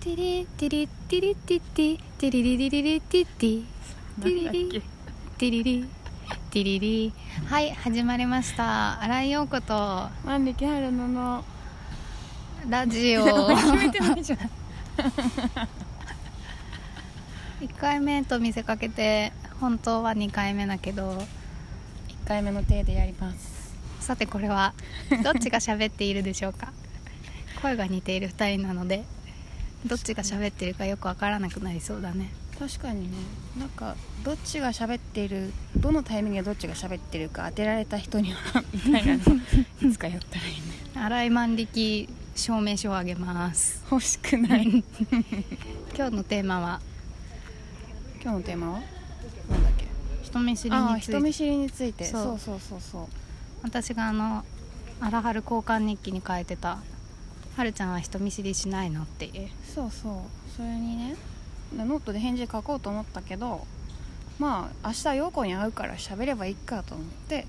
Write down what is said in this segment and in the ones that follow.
ティリティリティリティティティリリリリリティティティリリティリリティリリはい始まりました新井陽子と万力春菜 のラジオ1回目と見せかけて本当は2回目だけど1回目の手でやりますさてこれはどっちが喋っているでしょうか声が似ている2人なのでどっちが喋ってるかよくわからなくなりそうだね確かにねなんかどっちが喋ってるどのタイミングでどっちが喋ってるか当てられた人にはみたいなの いつかやったらいいね洗い万力証明書をあげます欲しくない今今日のテーマは日のテーマはなんだっけ人見知りああにつ人い見て知りについてそうそうそうそうそう私があの「あらはる交換日記」に書いてた「はるちゃんは人見知りしないの?」っていうそうそうそれにねノートで返事書こうと思ったけどまあ明日陽子に会うから喋ればいいかと思って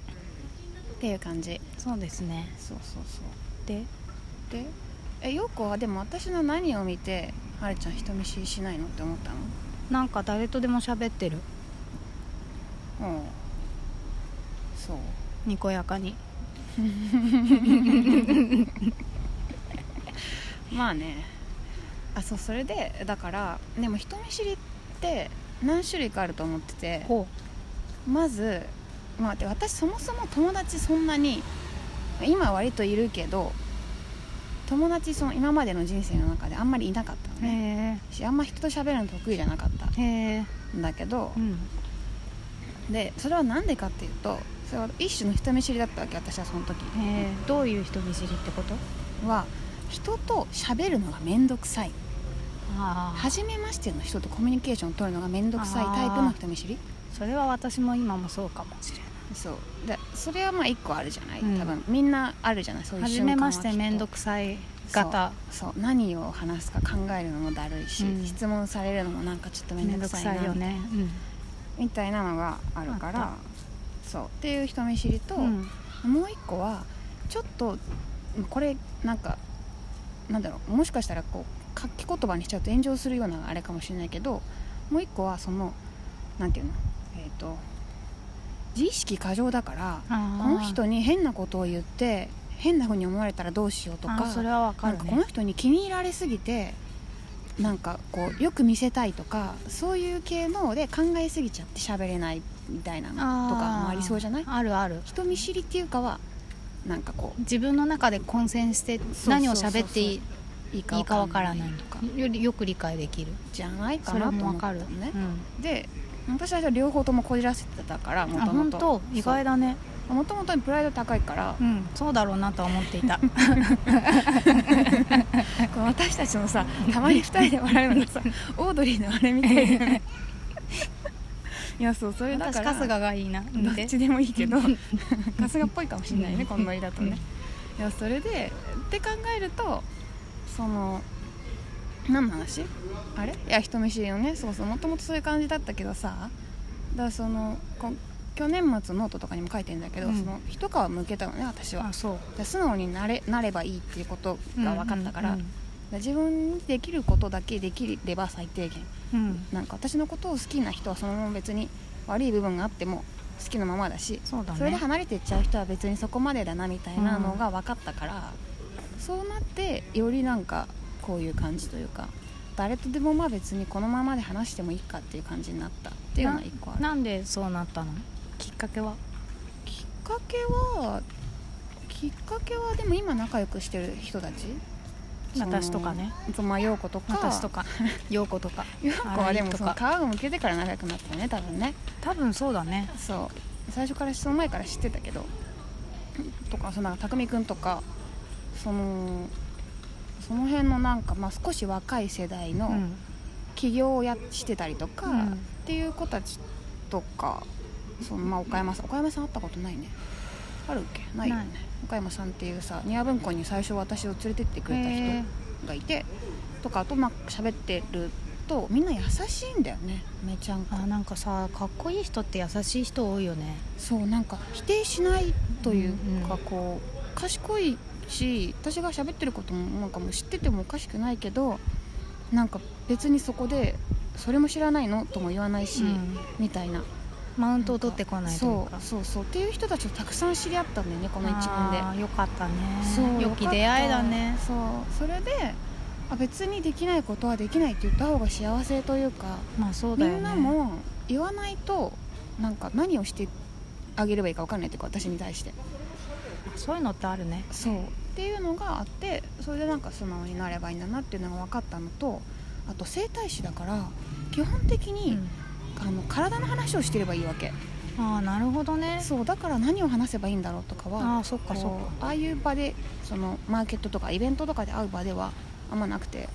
っていう感じそうですねそうそうそうででえ陽子はでも私の何を見てはるちゃん人見知りしないのって思ったのなんか誰とでも喋ってるうんそうにこやかにまあねあそうそれでだからでも人見知りって何種類かあると思っててほまず、まあ、で私そもそも友達そんなに今は割といるけど友達その今までの人生の中であんまりいなかったのうねへしあんま人と喋るの得意じゃなかったえへえんだけどう、んでそれは何でかっていうとそれは一種の人見知りだったわけ私はその時へえどういう人見知りってことは人と喋るのが面倒くさいああ初めましての人とコミュニケーションを取るのが面倒くさいタイプの人見知りそれは私も今もそうかもしれないそうでそれはまあ一個あるじゃない、うん多分みんなあるじゃないそういう初瞬め間はまきしって面倒くさい方そう何を話すか考えるのもだるいし、うん質問されるのもなんかちょっと面面倒倒くくさいさいよなねうんみたいなのがあるかあらそうっていう人見知りと、うんもう一個はちょっとこれなんかなんだろうもしかしたらこう書き言葉にしちゃうと炎上するようなあれかもしれないけどもう一個はそのなんていうのえっ、と自意識過剰だからこあーの人に変なことを言って変なふうに思われたらどうしようとあかーそれはわかなるんかこのね人に気に入られすぎてなんかこうよく見せたいとかそういう系ので考えすぎちゃって喋れないみたいなのとかもありそうじゃないーあるある人見知りっていうかはなんかこ自分の中で混戦してそう何を喋っていいういいいいかわわからないとかよりよく理解できるじゃないかそれなとも思わったかのるねう、んで私は両方ともこじらせてたからもあとも本と当意外だねもともとにプライド高いからうんそうだろうなとは思って いたこう私たちのさたまに2人で笑う のさオードリーのあれみたいないやそうそれだ私から春日がいいなどっでちでもいいけど春日っぽいかもしれないねこのノリだとねいやそれでって考えるとその何の話あれいや人見知りのねそうそうもともとそういう感じだったけどさだからそのこ去年末ノートとかにも書いてんだけど、うんその一皮向けたのね私はあそうで素直になれなればいいっていうことが分かったから,、うん自分にできることだけできれば最低限うんうんなんか私のことを好きな人はそのまま別に悪い部分があっても好きなままだしそうだねれで離れていっちゃう人は別にそこまでだなみたいなのが分かったから、そうなってよりなんかこういう感じというか誰とでもまあ別にこのままで話してもいいかっていう感じになったっていうのは一個あるなんでそうなったのきっかけはきっかけはきっかけはでも今仲良くしてる人たち私とかねそのまあ陽子とか私とか陽子とか陽子はでもその荒井と皮を向けてから仲良くなったよね多分ね多分そうだねそう最初からその前から知ってたけどとかそのなんか匠君とかそのその辺のなんか、まあ、少し若い世代うのん起業をやしてたりとか、うんっていう子たちとかその、まあ、岡山さん岡山さん会ったことないねあるっけないよねない岡山さんっていうさ庭文庫に最初私を連れてってくれたへ人がいてとかあとまあ喋ってるとみんな優しいんだよねめちゃんこあなんかさかっこいい人って優しい人多いよねそうなんか否定しないというか、うんこう賢いし私が喋ってることもなんかもう知っててもおかしくないけどなんか別にそこでそれも知らないのとも言わないし、うんみたいなマウントを取ってこないというそかうそうそうっていう人たちをたくさん知り合ったんだよねこの一年であーよかったねそう良き出会いだねそうそれであ別にできないことはできないって言った方が幸せというかまあそうみだよねんなも言わないとなんか何をしてあげればいいか分かんないっていうか私に対してそういうのってあるねそうっていうのがあってそれでなんか素直になればいいんだなっていうのが分かったのとあと整体師だから基本的に、あの体の話をしてればいいわけああなるほどねそうだから何を話せばいいんだろうとかはああそっかそっかこうああいう場でそのマーケットとかイベントとかで会う場ではあんまなくて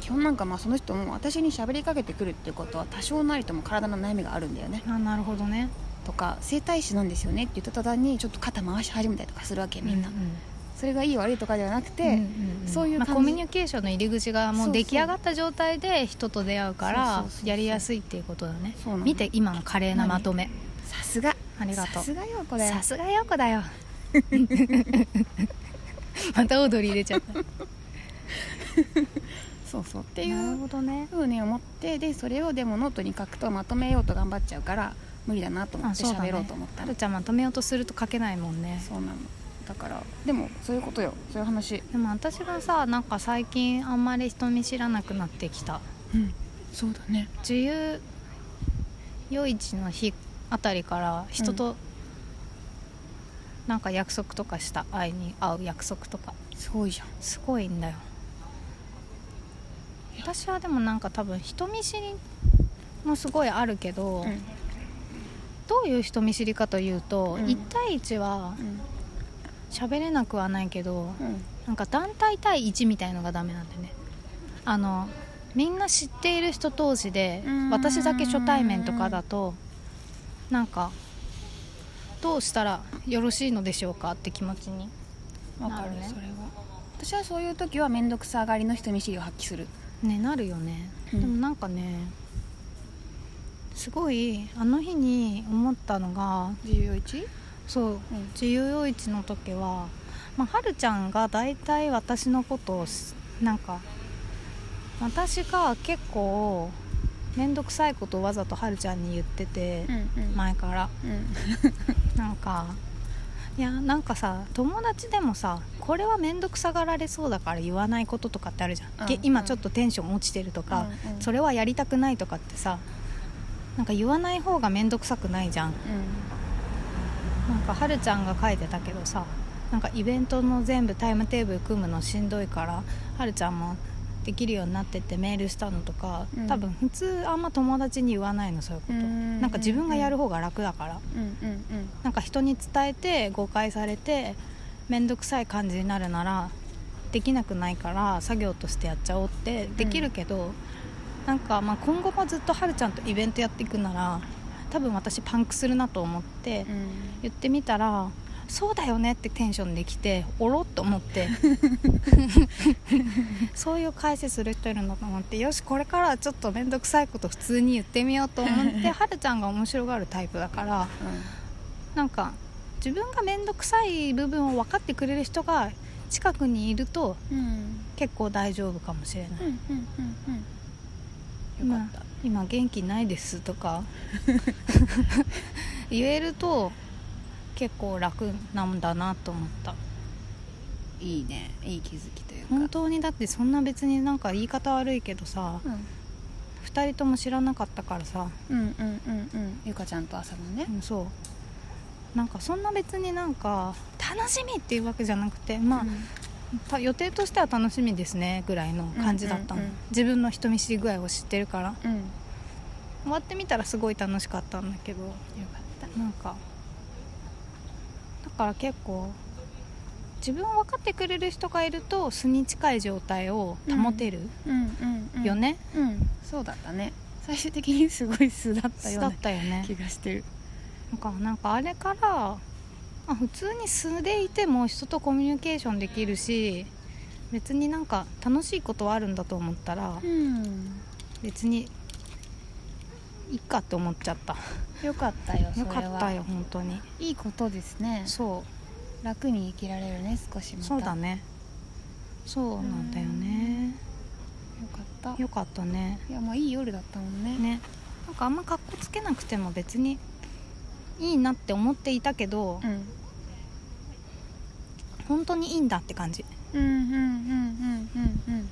基本なんかまあその人も私に喋りかけてくるっていうことは多少なりとも体の悩みがあるんだよねあなるほどねとか整体師なんですよねって言った途端にちょっと肩回し始めたりとかするわけみんな、うそれがいい悪いとかではなくて、そういう感じまあ、コミュニケーションの入り口がもそううそう出来上がった状態で人と出会うかそうらそうそうそうやりやすいっていうことだねそうなの見て今の華麗なまとめさすがありがとさうすがよこれさすがよこだ よ またオードリー出ちゃったっそうそうってていいううほどねふうに思ってでそれをでもノートに書くとまとめようと頑張っちゃうから無理だなと思あってそうだね喋ろうと思ったタらルちゃんまとめようとすると書けないもんねそうなのだからでもそういうことよそういう話でも私がさなんか最近あんまり人見知らなくなってきたうんそうだね自由夜市の日あたりから人と、なんか約束とかした会いに会う約束とかすごいじゃんすごいんだよ私はでもなんか多分人見知りもすごいあるけど、うんどういう人見知りかというと、うん1対1は喋れなくはないけど、うんなんか団体対1みたいのがダメなんだよねあのみんな知っている人同士でうーん私だけ初対面とかだとなんかどうしたらよろしいのでしょうかって気持ちにわかなるるねそれは私はそういう時は面倒くさがりの人見知りを発揮するねなるよね、うんでもなんかねすごいあの日に思ったのが14そううん自由用市の時は、まあ、はるちゃんが大体私のことをしなんか私が結構面倒くさいことをわざとはるちゃんに言ってて、うんうん前からうんなんかいやなんかさ友達でもさこれは面倒くさがられそうだから言わないこととかってあるじゃん、うんげうん今ちょっとテンション落ちてるとか、うんうんそれはやりたくないとかってさなんか言わない方が面倒くさくないじゃんなんかはるちゃんが書いてたけどさなんかイベントの全部タイムテーブル組むのしんどいからはるちゃんもできるようになってってメールしたのとか、うん多分普通あんま友達に言わないのそういうこと、うんなんか自分がやる方が楽だから、うんうんうんなんか人に伝えて誤解されて面倒くさい感じになるならできなくないから作業としてやっちゃおうってできるけど、なんかまあ今後もずっとはるちゃんとイベントやっていくなら多分私パンクするなと思って。言ってみたら「そうだよね」ってテンションできておろっと思ってそういう返しする人いるんだと思ってよしこれからはちょっと面倒くさいこと普通に言ってみようと思ってはるちゃんが面白がるタイプだからなんか自分が面倒くさい部分を分かってくれる人が近くにいるとうんうん結構大丈夫かもしれない。うんうんうんうんよかった今元気ないですとか言えると結構楽なんだなと思ったいいねいい気づきというか本当にだってそんな別になんか言い方悪いけどさ2人とも知らなかったからさ、うんうんうんうんゆかちゃんと朝のねうんそうなんかそんな別になんか楽しみっていうわけじゃなくてまあ、た予定としては楽しみですねぐらいの感じだったの、うんうんうん自分の人見知り具合を知ってるからうん終わってみたらすごい楽しかったんだけどよかったなんかだから結構自分を分かってくれる人がいると素に近い状態を保てるうんうんうんよね、うんそうだったね最終的にすごい素だったようだなったよね気がしてるなんかなんかあれからあ普通に素でいても人とコミュニケーションできるし別になんか楽しいことはあるんだと思ったらん別にいいかって思っちゃ ったよかったよそれよはかったよ本当にいいことですねそ楽に生きられるね少しうまたそうだよねそうなんだよねかっったよかったねいやもういい夜だったもんねねなんかあんま格好つけなくても別にいいなって思っていたけど、うん、本当にいいんだって感じうんうんうんうんうん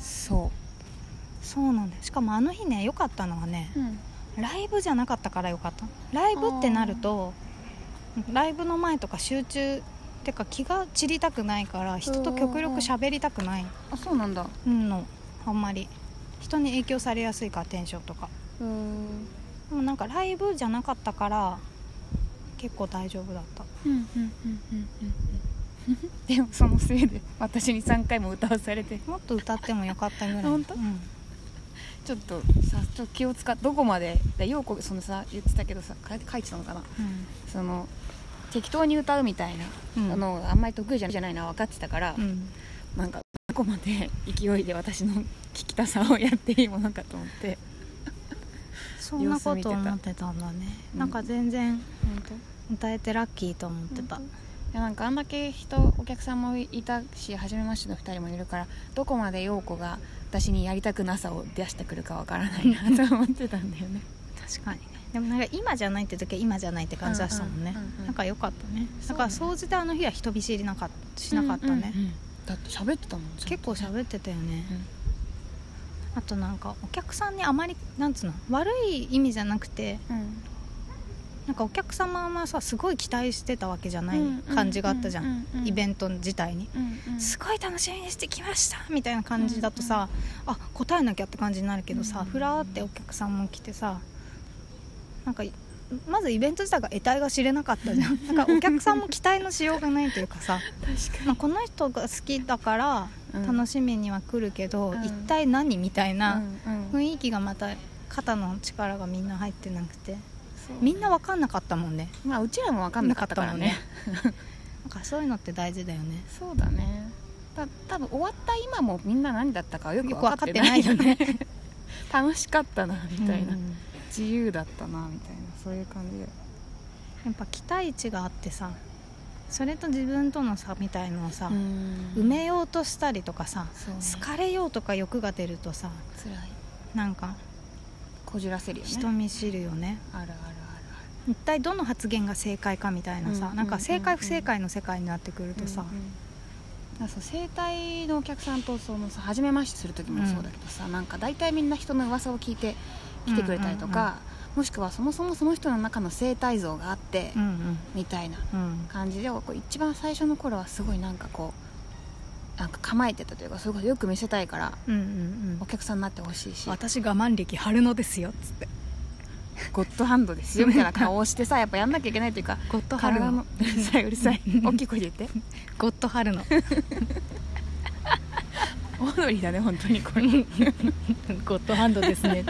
そうそうなんだよしかもあの日ね良かったのはねうんうんライブじゃなかったから良かったライブってなるとライブの前とか集中てか気が散りたくないから人と極力喋りたくないあそうなんだのあんまり人に影響されやすいからテンションとかうんでもなんかライブじゃなかったから結構大丈夫だったうんうんうんうんうんでもそのせいで私に3回も歌わされてもっと歌ってもよかったぐらい 本当うんちょっとさちょっと気を使ってどこまでだようこそのさ言ってたけどさ書い書いてたのかなその適当に歌うみたいな、うんあのあんまり得意じゃないのは分かってたから、うんなんかどこまで勢いで私の聞きたさをやっていいものかと思ってそんなこ様子見てとた思ってたんだねうんなんか全然本当歌えてラッキーと思ってた本やなんかあんだけ人お客さんもいたし初めましての2人もいるからどこまで陽子が私にやりたくなさを出してくるかわからないなと思ってたんだよ ね確かにねでもなんか今じゃないって時は今じゃないって感じだしたもんねうんうんうんうんなんか良かったねそうねだから総じてあの日は人見知りなかったしなかったねうんうんうんだって喋ってたもん結構っ喋ってたよねうんあとなんかお客さんにあまりなんつうの悪い意味じゃなくてうんなんかお客様はさすごい期待してたわけじゃない感じがあったじゃうんんうんうんイベント自体にうんうんすごい楽しみにしてきましたみたいな感じだとさ、あ答えなきゃって感じになるけどさ、うんふらーってお客さんも来てさなんかまずイベント自体が得体が知れなかったじゃん なんかお客さんも期待のしようがないというかさ、確まあ、この人が好きだからうん楽しみには来るけど、うん一体何みたいなうんうん雰囲気がまた肩の力がみんな入ってなくてそうみんな分かんなかったもんねまあうちらも分かんなかったからねなんかそういうのって大事だよね そうだねた多分終わった今もみんな何だったかよくよく分分かかっっててなないいよよね ね楽しかったなみたいな、うん自由だったなみたいなそういう感じでやっぱ期待値があってさそれと自分との差みたいのをさ、埋埋めようとしたりとかさ、そうね好かれようとか欲が出るとさ辛いなんかこじらせるよね人見知るよねあるあるある一体どの発言が正解かみたいなさ、うんなんうかん正解うん不正解の世界になってくるあるとさ、うんうんだからそう整体のお客さんとそのさ初めましてする時もそうだけどさ、なんか大体みんな人の噂を聞いて来てくれたりとか、うんうんもしくはそもそもその人の中の生態像があって、うんうんみたいなうん感じでこう一番最初の頃はすごいなんかこうなんか構えてたというかそれこそよく見せたいからうんうんお客さんになってほしいし私我慢歴春野ですよっつってゴッドハンドですよみたいな顔をしてさやっぱやんなきゃいけないというかゴッド春体野 のうるさいうるさい大きい声で言ってゴッド春野オードリーだね本当にこれゴッドハンドですね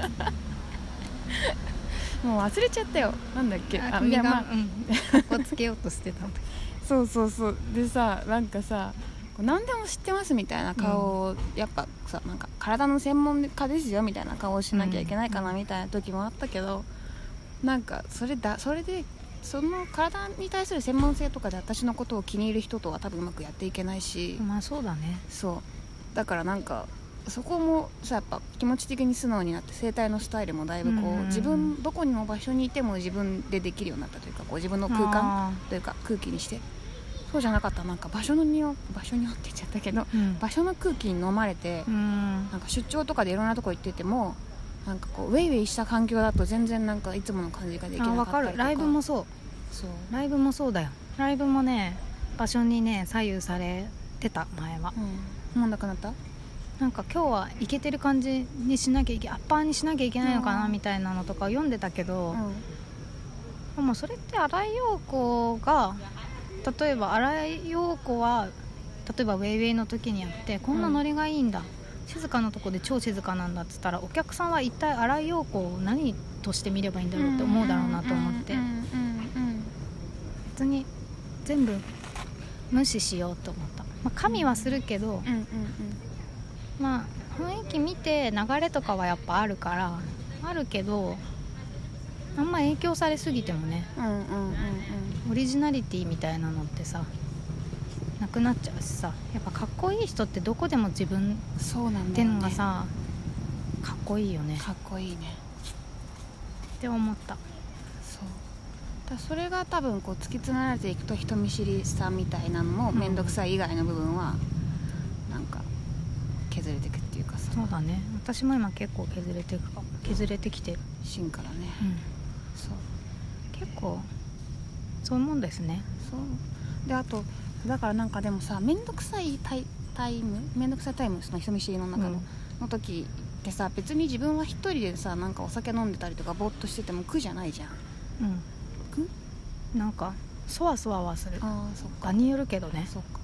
もう忘れちゃったよなんだっけあい身やが、まあうんかっこつけようとしてたんだそうそうそうでさなんかさこう何でも知ってますみたいな顔を、やっぱさなんか体の専門家ですよみたいな顔をしなきゃいけないかなみたいな時もあったけど、なんかそれだそれでその体に対する専門性とかで私のことを気に入る人とは多分うまくやっていけないし、まあそうだねそうだからなんかそこもさやっぱ気持ち的に素直になって生態のスタイルもだいぶこう,、うんうんうん自分どこの場所にいても自分でできるようになったというかこう自分の空間あというか空気にしてそうじゃなかったらなんか場所の匂い場所によって言っちゃったけどーうん場所の空気に飲まれて、うんなんか出張とかでいろんなとこ行っててもなんかこうウェイウェイした環境だと全然なんかいつもの感じができなあかわったかりとるかライブもそうそうライブもそうだよライブもね場所にね左右されてた前はうん、もうなくなったなんか今日はイケてる感じにしなきゃいけアッパーにしなきゃいけないのかなうんみたいなのとか読んでたけど、うんでもそれって新井陽子が例えば新井陽子は例えばウェイウェイの時にやってこんなノリがいいんだ、静かなとこで超静かなんだっつったらお客さんは一体新井陽子を何として見ればいいんだろうって思うだろうなと思ってうんうんうんうん別に全部無視しようと思った、まあ、神はするけど、うんうんうんまあ雰囲気見て流れとかはやっぱあるからあるけどあんま影響されすぎてもねうんうんうんうんオリジナリティみたいなのってさなくなっちゃうしさやっぱかっこいい人ってどこでも自分そうなんっだてよねのがさ、かっこいいよねかっこいいねって思ったそうだからそれが多分こう突き詰められていくと人見知りさみたいなのもうん面倒くさい以外の部分はなんか削れていくっていうかさそうだね私も今結構削れてくか削れてきてる、芯からね、そう結構そういうもんですねそうであとだからなんかでもさ面倒くさいタイタイム面倒くさいタイムその人見知りの中うの、んの時ってさ別に自分は一人でさなんかお酒飲んでたりとかぼーっとしてても苦じゃないじゃんうんなんかそわそわはするああそっか場によるけどねそっか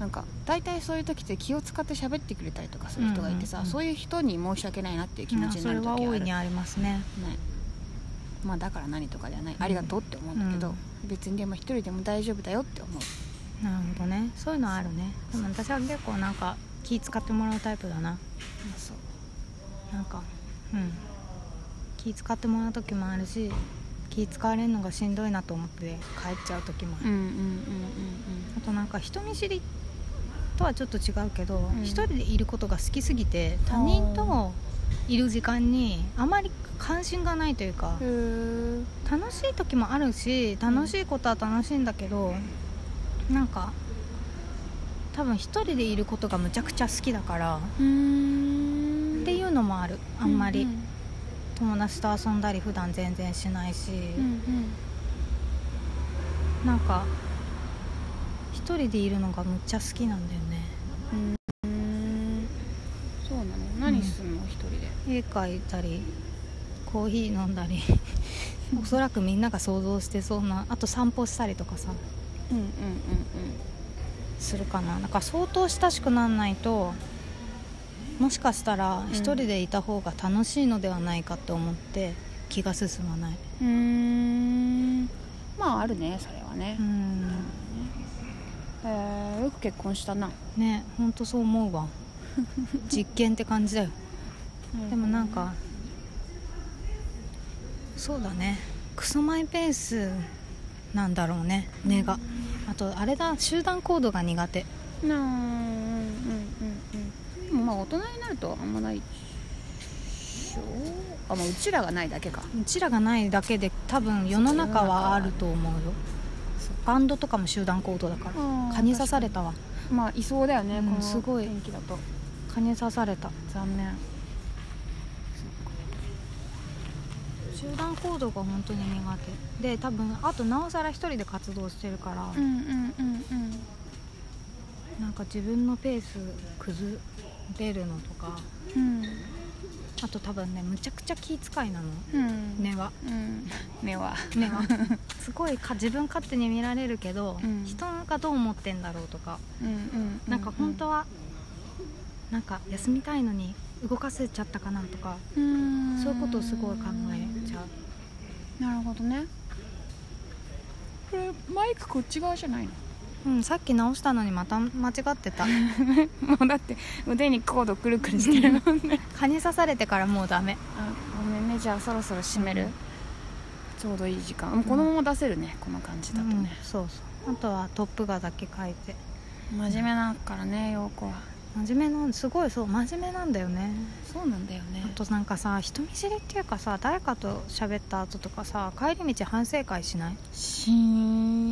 なんか大体そういう時って気を使って喋ってくれたりとかする人がいてさ、うんうんうんそういう人に申し訳ないなっていう気持ちにそなれる時はあ大いるにねありますねまあだから何とかではない、うんありがとうって思うんだけど、う別にでも一人でも大丈夫だよって思うなるほどねそういうのあるねでも私は結構なんか気使ってもらうタイプだなそうなんかうん気使ってもらう時もあるし気使われるのがしんどいなと思って帰っちゃう時もあるうんうんうんあとなんか人見知りとはちょっと違うけど、ん一人でいることが好きすぎて他人といる時間にあまり関心がないというかうんうんへえ楽しい時もあるし楽しいことは楽しいんだけど、なんか多分一人でいることがむちゃくちゃ好きだからうーんっていううのもあるあんまり、うん友達と遊んだり普段全然しないし、うんうんなんか一人でいるのがむっちゃ好きなんだよねうんうんそうなの何すんの、一人で絵描いたりコーヒー飲ん だりおそらくみんなが想像してそうなあと散歩したりとかさうんうんうんするかなだから相当親しくならないともしかしたらん一人でいた方が楽しいのではないかと思って気が進まないうんうーんまああるねそれはね、うんへえよく結婚したな、ねほんとそう思う わ実験って感じだよでもなんかそうだねクソマイペースなんだろうね根があとあれだ集団行動が苦手なあうんうんうんうんでもまあ大人になるとあんまないでしょあまあうちらがないだけかうちらがないだけで多分世の中はあると思うよバンドとかも集団行動だからあー蚊に刺されたわまあいそうだよね、うんこのすごい天気だと蚊に刺された残念集団行動が本当に苦手で多分あとなおさら一人で活動してるから、んうんうんうんなんか自分のペース崩れるのとかうんあと多分ねむちゃくちゃ気遣いなのうん根はうん根は根 はすごいか自分勝手に見られるけど、うん人がどう思ってんだろうとかうんうんなんか本当は、なんか休みたいのに動かせちゃったかなとかうんそういうことをすごい考えちゃうなるほどねこれマイクこっち側じゃないのうん、さっき直したのにまた間違ってたもうだって腕にコードくるくるしてるもんね蚊に刺されてからもうダメあごめんねじゃあそろそろ閉めうる、んちょうどいい時間もうこのまま出せるねこの感じだとうね、んそうそうあとはトップ画だけ描いて真面目だからね陽子は真面目なんすごいそう真面目なんだよねそうなんだよねあとなんかさ人見知りっていうかさ誰かと喋った後とかさ帰り道反省会しないしー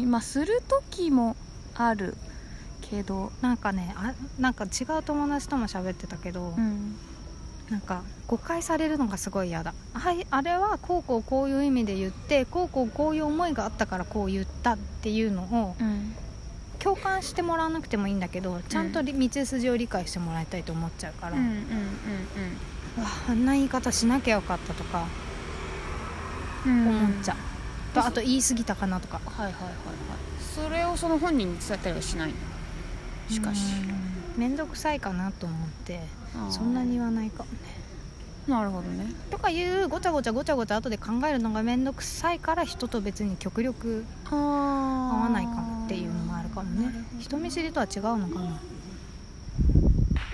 んまあする時もあるけどなんかねあなんか違う友達とも喋ってたけど、うんなんか誤解されるのがすごい嫌だはいあれはこうこうこういう意味で言ってこうこうこういう思いがあったからこう言ったっていうのをうん共感してもらわなくてもいいんだけどちゃんとり道筋を理解してもらいたいと思っちゃうかうんら、うんうんうわあんな言い方しなきゃよかったとかうん思っちゃう、とうんあと言い過ぎたかなとかはいはいはいはいそれをその本人に伝えたりはしないのしかしうん面倒くさいかなと思ってあーそんなに言わないかもねなるほどねとかいうごちゃごちゃごちゃごちゃ後で考えるのが面倒くさいから人と別に極力合合わわないかもっていうのもあるかもね人見知りとは違うのかな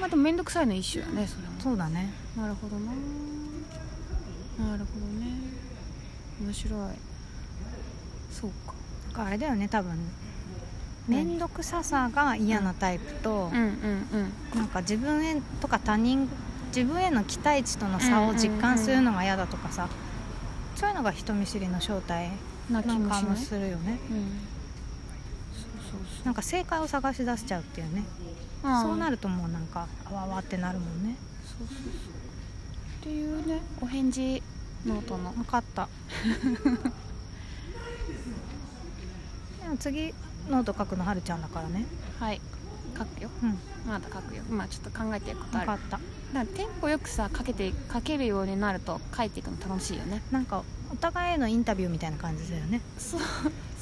まあでも面倒くさいの一種だねそれもそうだねなるほどななるほどね面白いそうかだからあれだよね多分面倒くささが嫌なタイプとうん、うんなんか自分へとか他人自分への期待値との差を実感するのが嫌だとかさ、そういうのが人見知りの正体うんなな気んもかしもないするよねうんそうそうそうなんか正解を探し出しちゃうっていうねああそうなるともうなんかあわわってなるもんねそうそうそうっていうねお返事ノートの分かったでも次ノート書くのはるちゃんだからねはい書くようんまだ書くよまあちょっと考えてることあ分かるだっかたらテンポよくさ書けて書けるようになると書いていくの楽しいよねなんかお互いへのインタビューみたいな感じだよねそう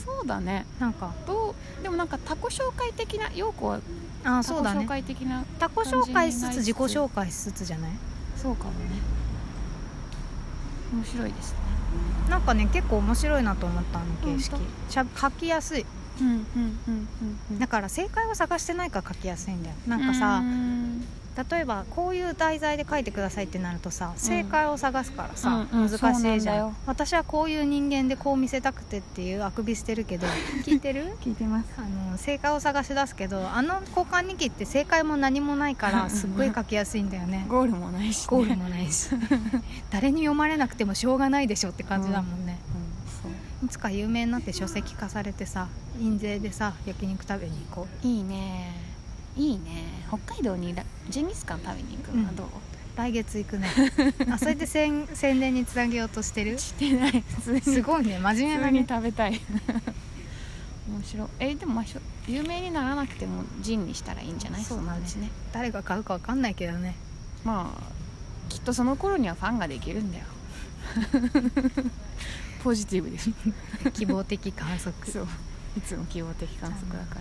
そうだねなんかどうでもなんか他己紹介的な陽子はああ他己そうだ紹ね介的な他己紹介しつ単純になりつつつ自己紹介しつつじゃないそう,、かもね面白いですねなんかね結構面白いなと思ったあの形式本しゃ書きやすいうんうんうんうんだから正解を探してないから書きやすいんだよなんかさ例えばこういう題材で書いてくださいってなるとさ正解を探すからさ、うんう難しいんじそうなんだゃん,、よ私はこういう人間でこう見せたくてっていうあくびしてる けど聞いてる聞いてますあの正解を探し出すけどあの交換日記って正解も何もないからすっごい書きやすいんだよねゴールもないし、ね、ゴールもない し誰に読まれなくてもしょうがないでしょって感じだもんね、うんそういつか有名になって書籍化されてさ印税でさ焼肉食べに行こういいねいいね北海道にラジンギスカン食べに行くのはどう、来月行くねあそれで宣宣伝につなげようとしてるしてない普通にすごいね真面目普な通にね食べたい面白いえでもまあしょ有名にならなくてもジンにしたらいいんじゃないそうだねのうちね誰が買うかわかんないけどねまあきっとその頃にはファンができるんだよ ポジティブです希望的観測そういつも希望的観測だから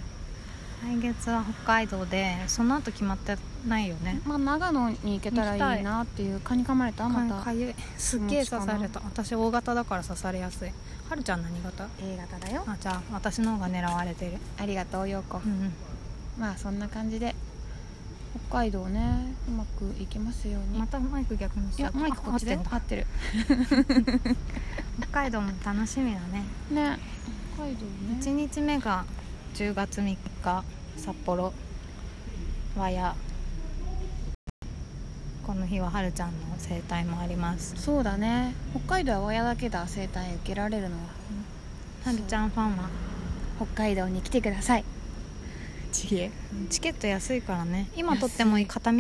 来月は北海道でその後決まってないよねまあ長野に行けたらいいなっていう蚊に噛まれたかまかたゆいすっげえ刺された私大型だから刺されやすいはるちゃん何型 A 型だよあじゃあ私の方が狙われてるありがとう陽子うんうんまあそんな感じで北海道ねうまくいきますように、またマイク逆にしいちゃやったマイクこっちであ合てん合だってる北海道も楽しみだねね北海道1ね日目が10月3日札幌和屋この日ははるちゃんの生態もありますそうだね北海道は親だけだ生態受けられるのははるちゃんファンは北海道に来てくださいちげえチケット安いからね今とっても片道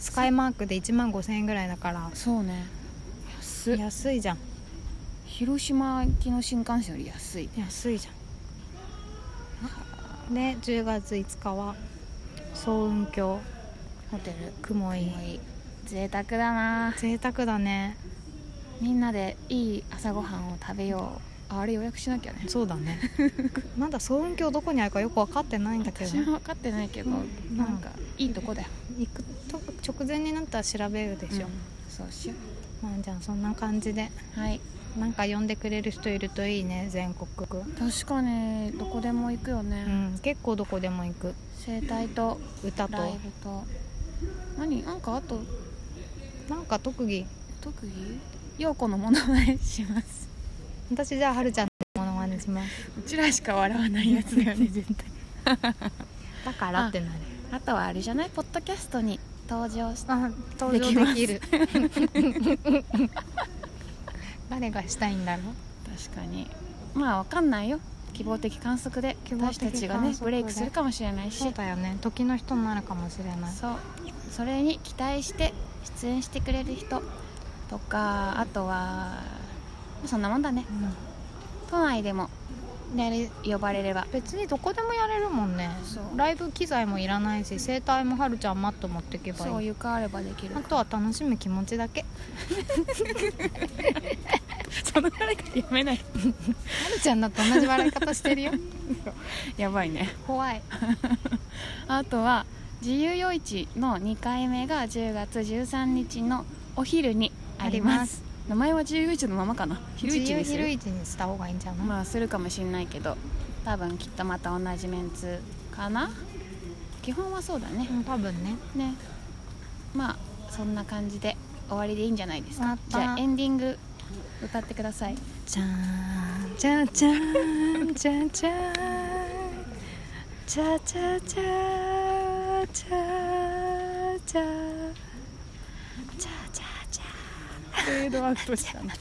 スカイマークで1万5000円ぐらいだからそうね安い安いじゃん広島行きの新幹線より安い安いじゃんで10月5日は層雲峡ホテル雲井いい贅沢だな贅沢だねみんなでいい朝ごはんを食べようああれ予約しなきゃねそうだねまだ層雲峡どこにあるかよく分かってないんだけど私も分かってないけど、んなんかいいとこだよ行くと直前になったら調べるでしょ、そうしよまあじゃあそんな感じでうはいなんか呼んでくれる人いるといいね全国区確かにどこでも行くよね、うん結構どこでも行く整体と歌とライブと何なんかあとなんか特技特技陽子のものまねします私じゃあはるちゃんのものまねし ますうちらしか笑わないやつだよね絶対だからあってなる あとはあれじゃないポッドキャストに登場したあ登できま場すできる 誰がしたいんだろう確かにまあわかんないよ希望的観測で希望的私たちが観ね測でブレイクするかもしれないしそうだよね時の人になるかもしれないそうそれに期待して出演してくれる人とかあとはそんなもんだねうん都内でもやれ呼ばれれば別にどこでもやれるもんねそうライブ機材もいらないし声帯もはるちゃんマット持ってけばいいそう床あればできるあとは楽しむ気持ちだけ その誰かやめないはるちゃんだと同じ笑い方してるよやばいね怖い あとは自由夜市の2回目が10月13日のお昼にありますあります名前は自由夜市のままかな昼市にす 自由る昼市にした方がいいんじゃない、まあするかもしれないけど多分きっとまた同じメンツかな基本はそうだねうん多分ねねまあそんな感じで終わりでいいんじゃないですやかったじゃあエンディング歌ってくださいじゃーんじゃじゃーんじゃじゃーんチャチャチャチャチャチャチャチャフェードアウトしたな